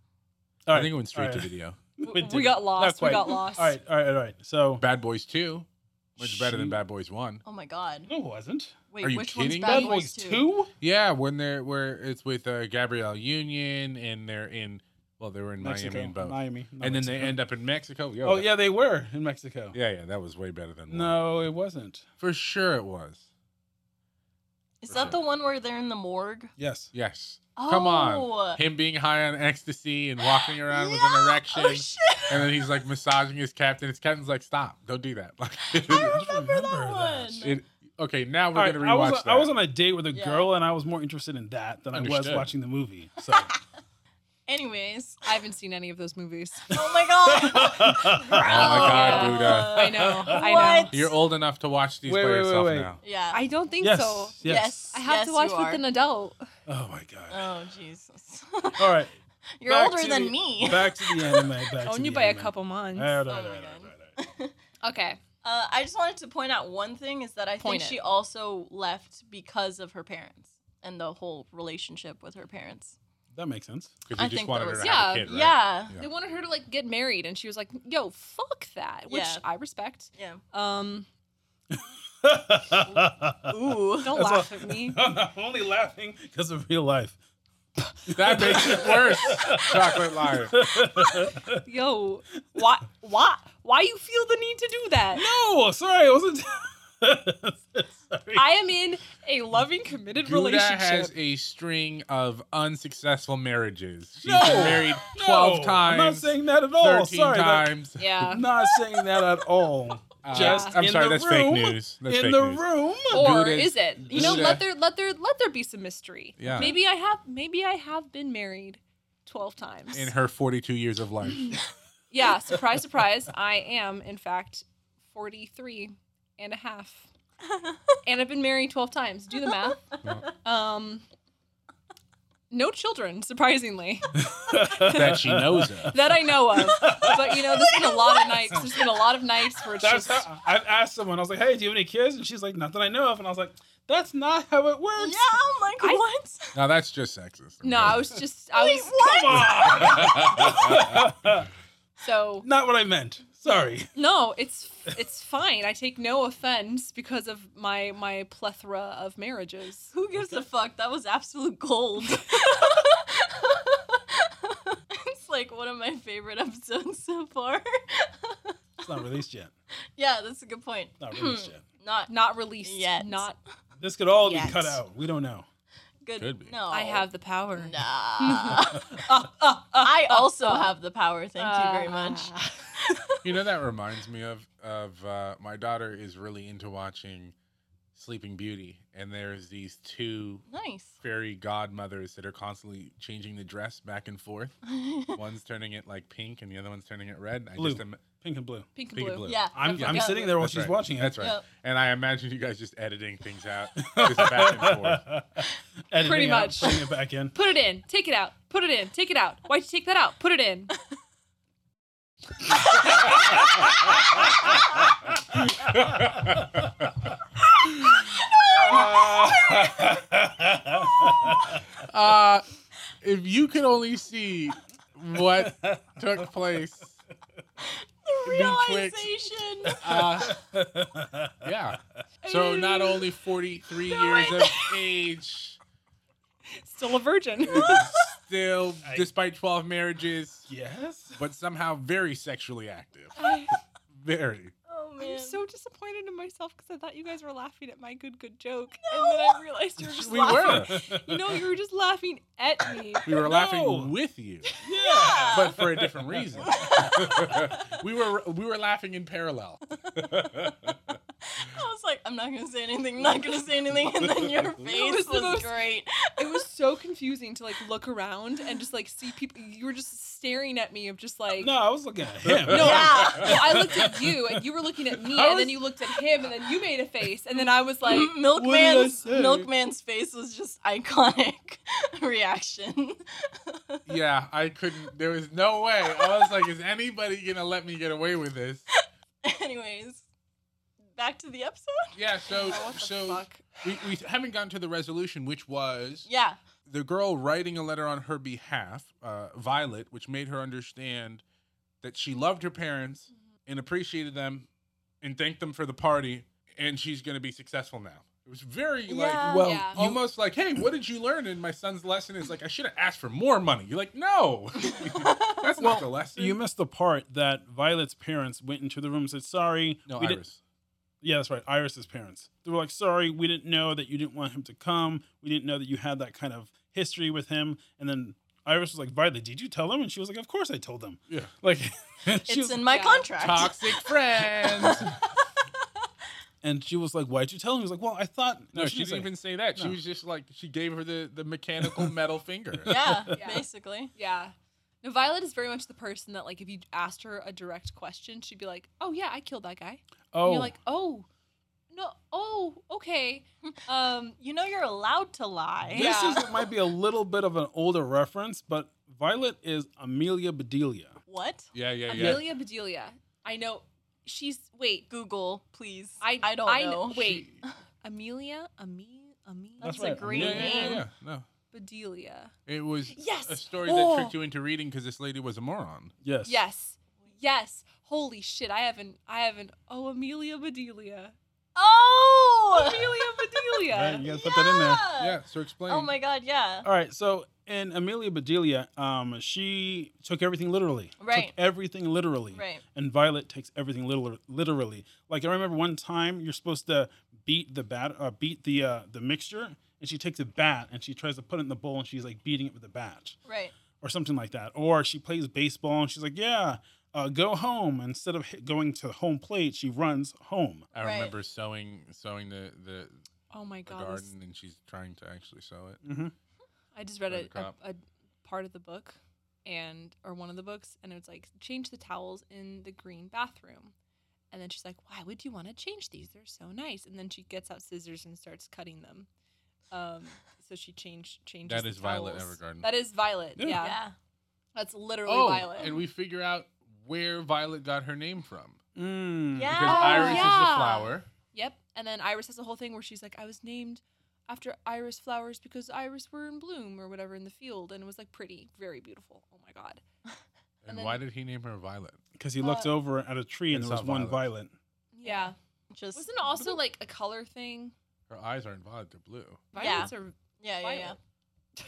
S7: All
S6: I think it went straight
S7: all
S6: to
S7: right.
S6: video.
S5: We
S7: didn't.
S5: got lost,
S7: Not
S5: we
S7: quite.
S5: got lost.
S7: All right, all right, all right. So
S6: Bad Boys 2 much better than
S7: Shoot.
S6: Bad Boys 1.
S2: Oh my god.
S7: no, it wasn't.
S2: Wait,
S6: Are you
S2: which
S6: kidding?
S2: one's Bad, Boys 2?
S7: Two?
S6: Yeah, when they're where it's with uh, Gabrielle Union and they're in well, they were in
S7: Mexico,
S6: Miami and both.
S7: Miami. not
S6: and then they
S7: Mexico.
S6: end up in Mexico. Yo,
S7: Oh
S6: that-
S7: yeah, they were in Mexico.
S6: Yeah, yeah, that was way better than one.
S7: No, it wasn't.
S6: For sure it was.
S2: Is that the one where they're in the morgue?
S7: Yes.
S6: Yes.
S2: Oh.
S6: Come on. Him being high on ecstasy and walking around with
S2: Yeah.
S6: an erection.
S2: Oh shit.
S6: and then he's like massaging his captain. His captain's like, "Stop! Don't do that." Like,
S2: I remember,
S7: remember
S2: that
S7: that.
S2: one.
S6: it, okay, now we're
S7: All right,
S6: gonna rewatch
S7: I was
S6: that.
S7: I was on a date with a
S2: Yeah.
S7: girl, and I was more interested in that than I was
S6: Understood.
S7: watching the movie. So
S2: Anyways.
S5: I haven't seen any of those movies.
S2: Oh my god.
S7: oh
S6: my God,
S2: Gross.
S6: Buddha.
S5: I know. I know.
S2: What?
S6: You're old enough to watch these
S7: Wait,
S6: by
S7: wait, wait,
S6: yourself
S7: wait.
S6: now.
S2: Yeah.
S5: I don't think
S7: Yes.
S5: so.
S7: Yes.
S2: Yes.
S5: I have to
S2: you
S5: watch with
S2: are.
S5: an adult.
S7: Oh my god.
S2: Oh Jesus.
S7: All right.
S2: You're
S7: back
S2: older
S7: to
S2: than
S7: the-
S2: me.
S7: Back to the anime. Back to the
S5: Only by a
S7: anime.
S5: couple months.
S7: All right, all right, all
S2: Oh
S7: right,
S2: my
S7: all right,
S2: God.
S7: all right.
S5: okay.
S2: Uh, I just wanted to point out one thing is that I
S5: Point
S2: think
S5: it.
S2: she also left because of her parents and the whole relationship with her parents.
S7: That makes sense.
S6: Because
S2: I
S6: you just
S2: think
S6: wanted
S2: that
S6: her
S2: was-
S6: to have
S5: yeah,
S6: a kid, right?
S2: Yeah.
S6: Yeah.
S5: They wanted her to like get married and she was like, "Yo, fuck that," which
S2: Yeah.
S5: I respect.
S2: Yeah.
S5: Um
S2: Ooh.
S5: don't
S7: That's
S5: laugh
S7: all-
S5: at me.
S7: I'm only laughing because of real life.
S6: That makes it worse. Chocolate liar.
S5: Yo, why why why you feel the need to do that?
S7: No, sorry, I wasn't. sorry.
S5: I am in a loving, committed
S6: Buddha
S5: relationship.
S6: has a string of unsuccessful marriages. She's
S7: No.
S6: been married
S7: No,
S6: twelve times.
S7: I'm not saying that at all.
S6: 13
S7: Sorry, that-
S6: times.
S5: yeah.
S7: I'm not saying that at all.
S6: Uh,
S7: Just
S6: I'm
S7: in
S6: sorry,
S7: the
S6: that's
S7: room,
S6: fake news. That's
S7: In
S6: fake
S7: the
S6: news.
S7: room.
S5: Or
S6: Buddha-
S5: is it? You know,
S6: Buddha-
S5: let there let there let there be some mystery.
S6: Yeah.
S5: Maybe I have maybe I have been married twelve times.
S6: In her 42 years of life.
S5: yeah, surprise, surprise. I am, in fact, 43 and a half. and I've been married 12 times. Do the math. Um, no children, surprisingly,
S6: that she knows of.
S5: that I know of. But, you know, there's been a lot of nights. There's been a lot of nights where it's
S7: That's
S5: just.
S7: how I've asked someone. I was like, "Hey, do you have any kids?" And she's like, "Not that I know of." And I was like, "That's not how it
S2: Yeah,
S7: works."
S2: I'm like,
S5: I-
S2: what?
S6: Now that's just sexist.
S5: no, I was just. I was. So,
S7: not what I meant. Sorry.
S5: no, it's it's fine. I take no offense because of my my plethora of marriages.
S2: Who gives a fuck? That was absolute gold. it's like one of my favorite episodes so far.
S7: It's not released yet.
S2: yeah, that's a good point.
S7: Not released yet.
S2: Not
S5: Not released.
S2: Yet.
S5: Not.
S7: This could all
S2: Yet.
S7: be cut out. We don't know.
S2: good.
S6: Could be.
S2: No.
S5: I have the power.
S2: Nah.
S5: Uh, uh, uh.
S2: I also have the power. Thank you very much.
S5: Ah.
S6: You know that reminds me of of uh, my daughter is really into watching Sleeping Beauty, and there's these two
S2: Nice.
S6: fairy godmothers that are constantly changing the dress back and forth. One's turning it like pink, and the other one's turning it red. I
S7: Blue.
S6: just am-
S7: Pink and blue.
S5: Pink and
S6: Pink
S5: blue.
S6: and blue.
S2: yeah.
S7: I'm,
S2: yeah.
S7: I'm sitting there while
S6: That's
S7: she's
S6: right.
S7: watching it.
S6: That's right.
S2: Yep.
S6: And I imagine you guys just editing things out, just back and forth.
S7: Editing
S5: Pretty
S7: out,
S5: much.
S7: Putting it back in.
S5: Put it in. Take it out. Put it in. Take it out. Why'd you take that out? Put it in.
S6: Uh, if you could only see what took place, Netflix.
S2: Realization.
S6: uh, yeah. So not only 43 years of age,
S5: Still a virgin.
S6: still,
S7: I-
S6: despite 12 marriages,
S7: yes.
S6: but somehow very sexually active.
S5: I'm
S6: Very.
S2: Oh man.
S5: so disappointed in myself because I thought you guys were laughing at my good, good joke. And then I realized you were just
S6: We were.
S5: laughing. You know, you were just laughing at me.
S6: We were
S7: No.
S6: laughing with you,
S7: Yeah.
S6: but for a different reason. we were we were laughing in parallel.
S2: I was like, I'm not gonna say anything. I'm not gonna say anything. And then your face
S5: was
S2: was,
S5: the most-
S2: great.
S5: It was so confusing to like look around and just like see people. You were just staring at me of just like.
S7: No, I was looking at him.
S5: No,
S2: Yeah.
S5: no, I looked at you and you were looking at me
S7: I
S5: and then
S7: was-
S5: you looked at him and then you made a face and then I was like,
S2: Mm,
S7: did I
S2: Milkman's
S7: say?
S2: Milkman's face was just iconic reaction.
S6: Yeah, I couldn't. There was no way. I was like, is anybody gonna let me get away with this?
S2: Anyways, back to the episode?
S6: Yeah, so
S5: Oh, what the
S6: so
S5: fuck?
S6: we, we haven't gotten to the resolution, which was
S2: Yeah.
S6: the girl writing a letter on her behalf, uh, Violet, which made her understand that she loved her parents
S5: Mm-hmm.
S6: and appreciated them and thanked them for the party, and she's going to be successful now. It was very like
S2: Yeah.
S1: Well,
S5: Yeah.
S1: you-
S6: almost like, hey, what did you learn? And my son's lesson is like, I should have asked for more money. You're like, no, that's not the lesson.
S7: You missed the part that Violet's parents went into the room and said, "Sorry,
S6: no,
S7: we didn't-
S6: Iris.
S7: Yeah, that's right. Iris's parents. They were like, sorry, we didn't know that you didn't want him to come. We didn't know that you had that kind of history with him. And then Iris was like, Violet, did you tell them? And she was like, of course I told them.
S6: Yeah.
S7: Like, she
S2: It's
S7: was,
S2: in my
S5: Yeah.
S2: contract.
S6: Toxic friends.
S7: and she was like, why'd you tell him? He was like, well, I thought.
S6: No, she
S7: didn't
S6: didn't even say that. She
S7: No.
S6: was just like she gave her the the mechanical metal finger.
S2: Yeah,
S5: Yeah.
S2: basically.
S5: Yeah. No, Violet is very much the person that, like, if you asked her a direct question, she'd be like, "Oh yeah, I killed that guy."
S7: Oh,
S5: And you're like, "Oh, no, oh, okay." Um,
S2: You know you're allowed to lie.
S7: this
S5: Yeah.
S7: is, it might be a little bit of an older reference, but Violet is Amelia Bedelia.
S2: What?
S6: Yeah, yeah, yeah.
S5: Amelia Bedelia. I know. She's wait.
S2: Google, please.
S5: I
S2: I don't
S5: I
S2: know.
S5: kn- wait. Amelia. Ame. Amelia.
S2: That's
S7: That's right.
S2: a great
S6: yeah, yeah, yeah,
S2: name.
S6: yeah. No,
S5: Bedelia.
S6: it was
S2: Yes!
S6: a story
S2: Oh!
S6: that tricked you into reading because this lady was a moron.
S7: Yes.
S5: Yes. Yes. Holy shit! I haven't. I haven't. Oh, Amelia Bedelia.
S2: Oh!
S5: Amelia
S7: Right, you
S5: Bedelia.
S7: got to put that in there.
S6: Yeah, so explain.
S2: Oh my god, yeah.
S7: All right, so in Amelia Bedelia, um, she took everything literally.
S2: Right.
S7: Took everything literally.
S2: Right.
S7: And Violet takes everything liter- literally. Like I remember one time, you're supposed to beat the bat, uh, beat the uh, the mixture, and she takes a bat and she tries to put it in the bowl, and she's like beating it with a bat
S2: Right.
S7: or something like that. Or she plays baseball and she's like, yeah, uh, go home. Instead of hit- going to home plate, she runs home.
S6: I
S2: Right.
S6: remember sewing sewing the the,
S5: Oh my
S6: the
S5: god. this-
S6: garden, and she's trying to actually sew it.
S7: Mm-hmm.
S5: I just read
S6: Or the
S5: a, a,
S6: cop.
S5: a part of the book and or one of the books and it's like change the towels in the green bathroom. And then she's like, "Why would you want to change these? They're so nice." And then she gets out scissors and starts cutting them. Um, so she changed changes.
S6: That
S5: the
S6: is Violet
S5: towels.
S6: Evergarden.
S5: That is Violet.
S7: Yeah.
S5: Yeah,
S2: Yeah.
S5: that's literally
S6: Oh,
S5: Violet.
S6: and we figure out where Violet got her name from
S7: Mm.
S2: Yeah.
S6: because
S2: Oh,
S6: Iris is the
S5: yeah.
S6: flower.
S5: yep. And then Iris has a whole thing where she's like, "I was named after iris flowers because iris were in bloom or whatever in the field and it was like pretty, very beautiful." Oh my god.
S6: And,
S5: And then-
S6: why did he name her Violet?
S7: Because he looked over at a tree and
S6: It's
S7: there was
S6: not
S7: one
S6: Violet.
S7: violet.
S5: Yeah.
S2: Just
S5: Wasn't it also like a color thing?
S6: Her eyes aren't violet; they're blue.
S2: Yeah.
S5: Violets are
S2: yeah, yeah, yeah.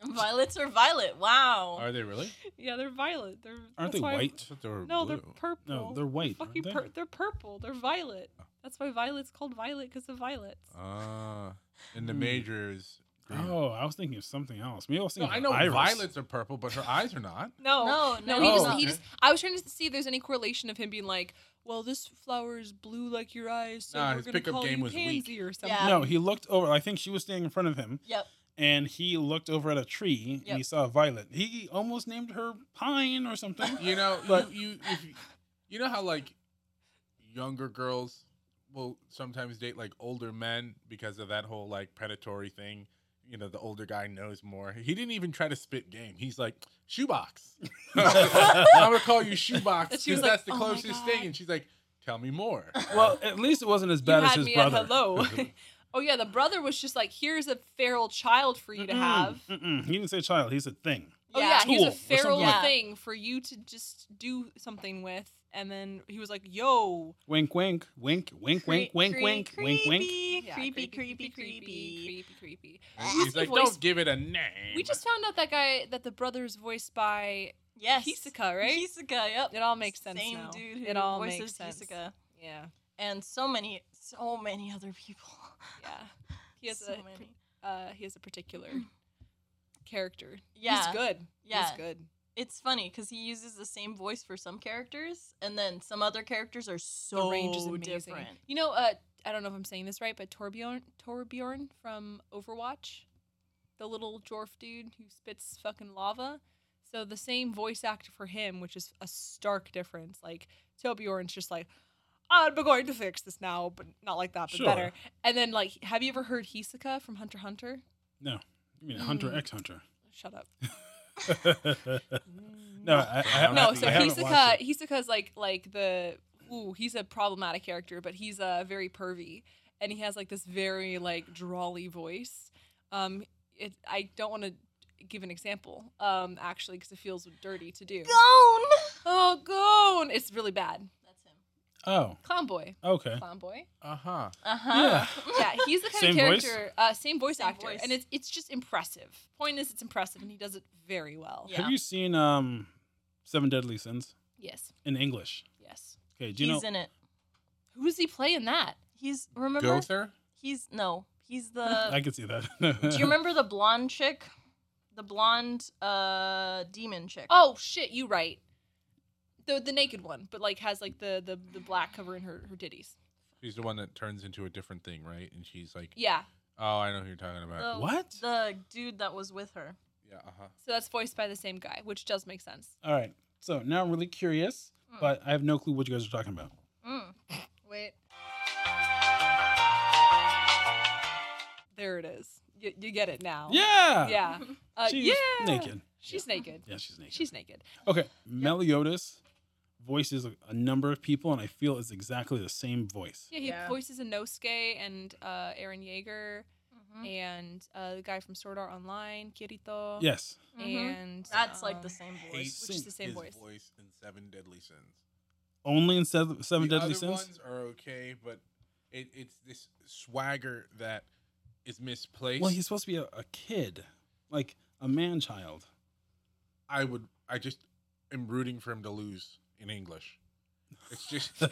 S5: violet.
S2: Violets are violet. Wow.
S6: Are they really?
S5: Yeah, they're violet. They're
S7: Aren't
S5: that's
S7: they
S5: why-
S6: I
S7: white?
S6: thought they were
S5: No,
S6: blue.
S5: they're purple.
S7: No, they're white. aren't
S5: fucking
S7: they?
S5: pur- they're purple. They're violet. That's why violet's called violet because of violets.
S6: Ah, and the
S7: Hmm.
S6: major is green.
S7: Oh, I was thinking of something else. Maybe I was
S6: No,
S7: thinking.
S6: I
S7: of
S6: know
S7: iris.
S6: violets are purple, but her eyes are not.
S5: no,
S2: No,
S5: no.
S2: no,
S5: he
S6: no,
S5: just
S7: Oh.
S5: he
S6: no. Okay.
S5: just. I was trying to see if there's any correlation of him being like, well, this flower is blue like your eyes, so
S6: Nah,
S5: we're
S6: his
S5: gonna
S6: pickup
S5: call
S6: game
S5: you
S6: was weak.
S5: pansy or something.
S2: Yeah.
S7: No, he looked over. I think she was standing in front of him,
S2: Yep.
S7: and he looked over at a tree
S2: Yep.
S7: and he saw a violet. He almost named her Pine or something.
S6: You know,
S7: But-
S6: you you, if you you know how like younger girls will sometimes date like older men because of that whole like predatory thing. You know, the older guy knows more. He didn't even try to spit game. He's like shoebox. I'm gonna call you shoebox
S5: And
S6: because
S5: she was like,
S6: that's the
S5: "Oh my
S6: closest thing.
S5: God."
S6: And she's like, tell me more.
S7: well, at least it wasn't as
S5: You
S7: bad as
S5: had
S7: his
S5: me
S7: brother.
S5: at hello. oh yeah, the brother was just like, here's a feral child for you to
S7: Mm-mm,
S5: have.
S7: mm-mm. He didn't say child. He said thing.
S5: Oh yeah,
S7: Tool
S5: he's a
S7: or something
S5: feral
S2: like that.
S5: thing for you to just do something with, and then he was like, "Yo,
S7: Wink, wink, wink, wink, wink, wink, wink, wink, wink.
S2: Creepy,
S5: Yeah,
S2: creepy, creepy, creepy.
S5: creepy, creepy."
S6: And he's
S5: His
S6: like,
S5: voice-
S6: don't give it a name.
S5: We just found out that guy that the brother's voiced by
S2: Yes.
S5: Hisoka, right?
S2: Hisoka, yep.
S5: It all makes sense
S2: Same
S5: now.
S2: dude who
S5: it all
S2: voices
S5: makes sense.
S2: Hisoka.
S5: Yeah,
S2: And so many, so many other people.
S5: yeah. He has
S2: so
S5: a
S2: many.
S5: uh, he has a particular character.
S2: Yeah.
S5: he's good.
S2: Yeah.
S5: he's good.
S2: It's funny because he uses the same voice for some characters, and then some other characters are so
S5: the range is amazing.
S2: different.
S5: You know, uh, I don't know if I'm saying this right, but Torbjorn, Torbjorn from Overwatch, the little dwarf dude who spits fucking lava. So the same voice actor for him, which is a stark difference. Like Torbjorn's just like, I'm going to fix this now, but not like that, but
S7: Sure.
S5: better. And then like, have you ever heard Hisoka from Hunter x Hunter?
S7: You mean Hunter
S5: Mm.
S7: X Hunter?
S5: Shut up.
S7: no, I, I,
S6: I'm
S5: no,
S6: happy
S5: so
S6: I haven't
S5: Hisoka, Hisoka's like like the ooh, he's a problematic character, but he's uh, very pervy, and he has like this very like drawly voice. Um, it, I don't want to give an example, um, actually, because it feels dirty to do.
S2: Gone.
S5: Oh, gone! It's really bad.
S2: That's him.
S7: Oh,
S5: Clown boy,
S7: okay.
S5: clown boy.
S6: Uh huh.
S2: Uh huh.
S5: Yeah, he's the kind
S7: Same
S5: of
S7: voice?
S5: character, uh, same voice
S2: Same
S5: actor,
S2: voice.
S5: and it's it's just impressive. Point is, it's impressive, and he does it very well.
S2: Yeah.
S7: Have you seen um Seven Deadly Sins
S5: Yes,
S7: in English?
S5: yes.
S7: Okay, do you
S2: he's
S7: know?
S2: in it.
S5: Who does he play in that?
S2: He's remember.
S6: Gother?
S2: He's no. He's
S7: I
S2: the.
S7: can see that.
S2: do you remember the blonde chick? The blonde uh demon chick.
S5: Oh shit, you right. The the naked one, but like has like the the, the black covering her her titties.
S6: She's the one that turns into a different thing, right? And she's like,
S5: Yeah,
S6: "Oh, I know who you're talking about."
S2: The-
S7: What?
S2: The dude that was with her.
S6: Yeah. Uh huh.
S7: uh-huh.
S5: so that's voiced by the same guy, which does make sense.
S7: All right. So now I'm really curious,
S5: Hmm.
S2: Mm.
S7: but I have no clue what you guys are talking about.
S2: Mm.
S5: Wait, there it is. You, you get it now.
S7: Yeah.
S5: yeah, uh,
S7: She's
S5: yeah.
S7: naked.
S5: She's naked.
S7: Yeah, she's naked.
S5: She's naked.
S7: okay. Meliodas voices a, a number of people, and I feel it's exactly the same voice.
S5: Yeah, he
S2: Yeah.
S5: voices Inosuke and uh, Aaron Yeager
S2: Mhm.
S5: and uh, the guy from Sword Art Online, Kirito.
S7: Yes.
S2: Mhm.
S5: and
S2: That's like
S5: um,
S2: the same
S6: He
S2: voice.
S5: Which is the same
S6: his
S5: voice.
S6: in Seven Deadly Sins.
S7: Only in Seven, seven
S6: the
S7: Deadly
S6: other
S7: Sins.
S6: ones are okay, but it, it's this swagger that is misplaced.
S7: Well, he's supposed to be a, a kid, like a man child.
S6: I would. I just am rooting for him to lose in English. It's just.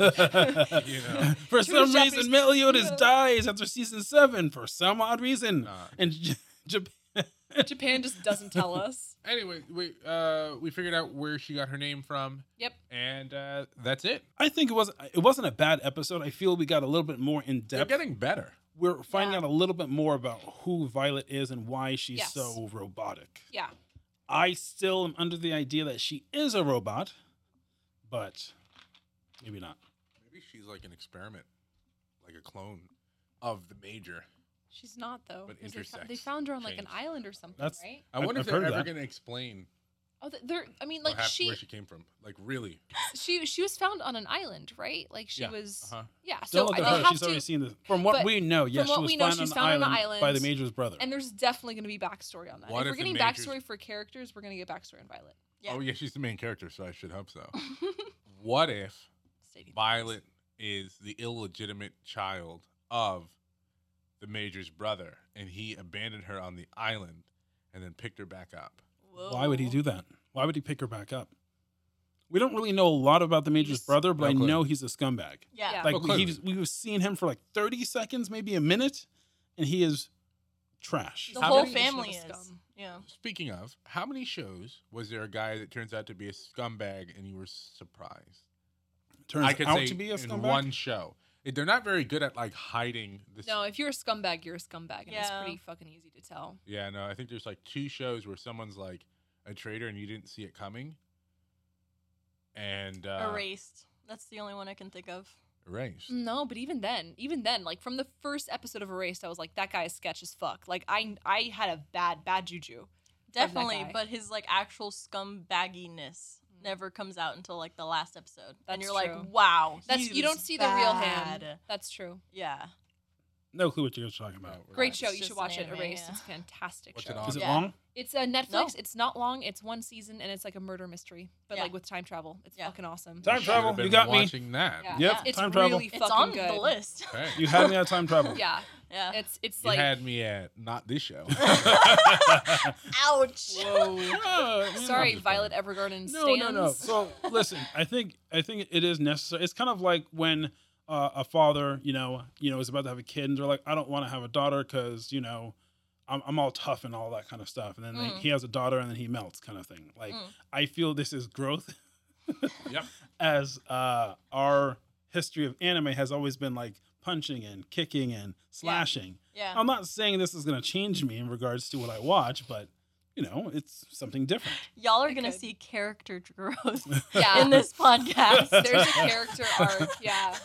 S6: You know.
S7: For some
S5: Japanese-
S7: reason, Meliodas
S5: Yeah.
S7: dies after season seven for some odd reason.
S6: nah.
S7: And J- Japan.
S5: Japan just doesn't tell us.
S6: Anyway, we uh we figured out where she got her name from,
S5: Yep.
S6: and uh that's it.
S7: I think it was it wasn't a bad episode. I feel we got a little bit more in
S6: They're
S7: depth.
S6: getting better.
S7: We're finding
S5: Yeah.
S7: out a little bit more about who Violet is and why she's
S5: Yes.
S7: so robotic.
S5: Yeah.
S7: I still am under the idea that she is a robot, but maybe not.
S6: Maybe she's like an experiment, like a clone of the major.
S5: She's not though.
S6: But
S5: 'cause they, fo- they
S6: intersex
S5: found her on like an
S6: changed.
S5: island or something,
S7: That's-
S5: right?
S6: I
S7: I've-
S6: wonder
S7: I've
S6: if they're
S7: heard of
S6: ever
S7: that.
S6: going to explain
S5: Oh, th- they're. I mean,
S6: what
S5: like
S6: hap-
S5: she,
S6: where she came from. Like really?
S5: she, she was found on an island, right? Like she
S6: Yeah.
S5: was.
S6: Uh-huh.
S5: Yeah.
S7: Still
S5: So
S7: look
S5: I
S7: at
S5: they
S7: her.
S5: have
S7: She's
S5: to.
S7: already seen this. From what
S5: but
S7: we know, yes,
S5: what
S7: she was
S5: we know,
S7: found,
S5: she's
S7: on,
S5: found
S7: an
S5: on an
S7: island by the
S5: island.
S7: Major's brother.
S5: and there's definitely going to be backstory on that.
S6: What
S5: if we're
S6: if
S5: getting
S6: the majors-
S5: backstory for characters, we're going to get backstory on Violet.
S2: Yeah.
S6: Oh yeah, she's the main character, so I should hope so. what if
S5: Stay tuned.
S6: Violet is the illegitimate child of the major's brother, and he abandoned her on the island, and then picked her back up?
S7: Why would he do that? Why would he pick her back up? We don't really know a lot about the Major's
S5: He's-
S7: brother, but
S6: No
S7: I
S6: clue.
S7: know he's a scumbag.
S2: Yeah.
S5: Yeah.
S7: Like
S6: Oh, clearly.
S7: we've, we've seen him for like 30 seconds, maybe a minute, and he is trash.
S5: The
S2: The
S5: How
S2: whole
S5: many-
S2: family
S5: Should have
S2: is.
S5: scum.
S2: Yeah.
S6: Speaking of, how many shows was there a guy that turns out to be a scumbag, and you were surprised?
S7: Turns
S6: I could
S7: out
S6: say
S7: to be a
S6: in
S7: scumbag.
S6: one show. They're not very good at like hiding this.
S5: No, if you're a scumbag, you're a scumbag, and it's
S2: Yeah.
S5: pretty fucking easy to tell.
S6: Yeah, no, I think there's like two shows where someone's like a traitor and you didn't see it coming. And uh,
S2: Erased. That's the only one I can think of.
S6: erased.
S5: No, but even then, even then, like from the first episode of Erased, I was like, that guy is sketch as fuck. Like I, I had a bad, bad juju. that
S2: Definitely,
S5: guy. Mm.
S2: but his like actual scumbagginess never comes out until like the last episode,
S5: That's
S2: and you're
S5: true.
S2: like, wow,
S5: That's
S2: he
S5: you don't
S2: was
S5: see the real him.
S2: bad.
S5: That's true.
S2: Yeah.
S7: No clue what you're talking about.
S5: Great
S6: Erased.
S5: show.
S2: It's
S5: you should
S2: just
S5: watch
S2: an
S5: it.
S2: anime,
S5: Erased.
S2: yeah.
S5: It's a fantastic
S6: What's
S5: show.
S6: it on?
S7: Is it
S2: Yeah.
S7: long?
S5: It's a Netflix.
S2: No.
S5: It's not long. It's one season, and it's like a murder mystery, but
S2: Yeah.
S5: like with time travel. It's
S2: Yeah.
S5: fucking awesome.
S7: Time
S6: Should've
S7: travel,
S6: been
S7: you got me.
S6: watching that.
S5: Yeah.
S7: Yep,
S5: It's
S7: time travel.
S5: really fucking
S2: it's on
S5: good.
S2: the list.
S6: Okay.
S7: You had me at time travel.
S5: Yeah,
S2: Yeah.
S5: it's it's
S6: You
S5: like
S6: had me at not this show.
S2: Ouch.
S5: whoa.
S7: Oh, man.
S5: Sorry,
S6: just
S5: Violet Evergarden.
S7: No, no, no.
S5: stands.
S7: So listen, I think I think it is necessary. It's kind of like when uh, a father, you know, you know, is about to have a kid, and they're like, I don't want to have a daughter because you know, I'm, I'm all tough and all that kind of stuff. And then they,
S2: Mm.
S7: he has a daughter, and then he melts, kind of thing. Like
S2: Mm.
S7: I feel this is growth.
S6: Yep.
S7: As uh, our history of anime has always been like punching and kicking and slashing.
S2: Yeah.
S7: I'm not saying this is going to change me in regards to what I watch, but you know, it's something different.
S2: Y'all are
S5: I
S2: gonna
S5: could.
S2: see character growth
S5: Yeah.
S2: in this podcast.
S5: There's a character arc. Yeah,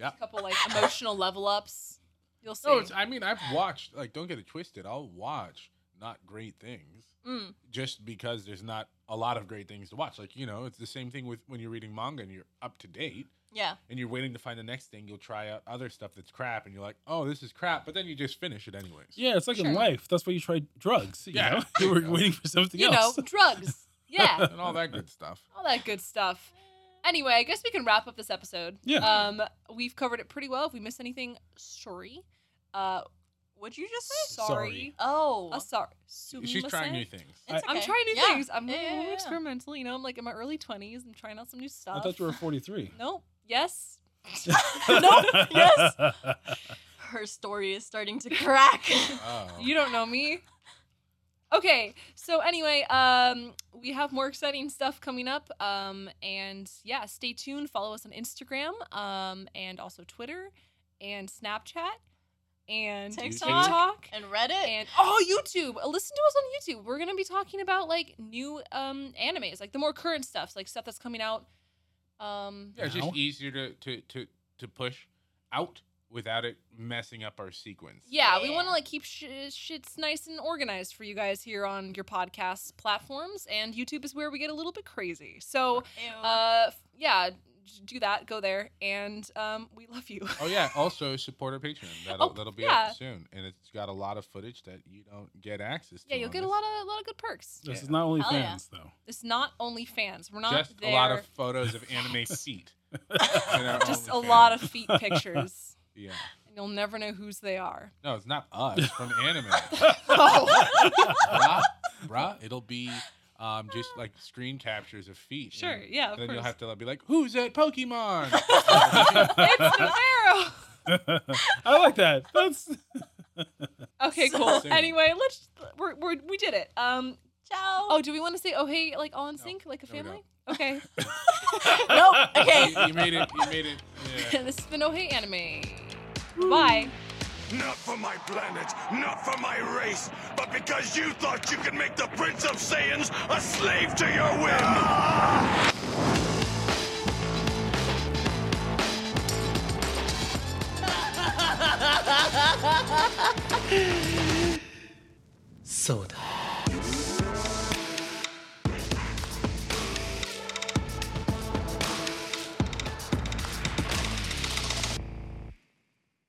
S5: a couple like emotional level ups. You'll see.
S6: No, it's, I mean, I've watched, like, don't get it twisted. I'll watch not great things
S2: Mm.
S6: just because there's not a lot of great things to watch. Like, you know, it's the same thing with when you're reading manga and you're up to date
S2: Yeah.
S6: and you're waiting to find the next thing, you'll try out other stuff that's crap and you're like, oh, this is crap. But then you just finish it anyways.
S7: Yeah, it's like
S5: Sure.
S7: in life. That's why you try drugs. You
S6: Yeah.
S7: know? you were waiting for something
S5: You know,
S7: else.
S5: drugs. Yeah.
S6: And all that good stuff.
S5: all that good stuff. Anyway, I guess we can wrap up this episode.
S7: Yeah.
S5: Um, we've covered it pretty well. If we missed anything, sorry. Uh,
S2: What'd you just say?
S5: sorry.
S7: Sorry.
S2: Oh.
S5: Uh, sorry.
S6: She's trying
S5: Sumimasen.
S6: new things.
S2: It's
S5: I'm
S2: okay.
S5: trying new
S2: Yeah.
S5: things. I'm
S2: Yeah, yeah,
S5: I'm
S2: yeah.
S5: experimental. You know, I'm like in my early 20s. I'm trying out some new stuff.
S7: I thought you were 43.
S5: Nope. Yes.
S2: No, yes. Her story is starting to crack.
S6: Oh.
S5: You don't know me. Okay. So anyway, um, we have more exciting stuff coming up. Um, and yeah, stay tuned. Follow us on Instagram, um, and also Twitter, and Snapchat, and
S2: TikTok.
S5: TikTok.
S2: and Reddit.
S5: And oh, YouTube! Uh, Listen to us on YouTube. We're gonna be talking about like new um animes, like the more current stuff, like stuff that's coming out. Um,
S6: yeah, it's
S7: Now?
S6: just easier to, to, to, to push out without it messing up our sequence.
S5: Yeah, we
S2: Yeah.
S5: want to like keep sh- uh, shits nice and organized for you guys here on your podcast platforms, and YouTube is where we get a little bit crazy. So,
S2: Ew.
S5: uh, f- yeah, j- do that. Go there, and um, we love you.
S6: Oh yeah. Also support our Patreon. That'll
S5: Oh,
S6: that'll be
S5: yeah.
S6: up soon, and it's got a lot of footage that you don't get access to.
S5: yeah, you'll
S6: on
S5: get a
S6: this.
S5: lot of a lot of good perks.
S7: This is not only
S2: Hell yeah.
S7: fans, though.
S5: It's not only fans. We're not
S6: just
S5: there.
S6: a lot of photos of anime feet. in our
S5: just a
S6: OnlyFans.
S5: lot of feet pictures.
S6: Yeah.
S5: And you'll never know whose they are.
S6: No, it's not us from anime. bruh, bruh, it'll be um, just like screen captures of feet.
S5: Sure,
S6: and
S5: yeah, of
S6: Then you'll
S5: course.
S6: have to be like, "Who's that Pokemon?"
S5: It's an arrow.
S7: I like that. That's
S5: Okay, cool.
S6: Same.
S5: Anyway, let's we're, we're, we did it. Um,
S2: Ciao.
S5: oh, do we want to say oh hey like all in
S6: No.
S5: sync like a
S6: No, we
S5: family? Okay.
S2: no. Okay.
S6: you, you made it. You made it. Yeah.
S5: this has been Oh Hey Anime. Bye.
S1: Not for my planet, not for my race, but because you thought you could make the Prince of Saiyans a slave to your whim!
S3: そうだ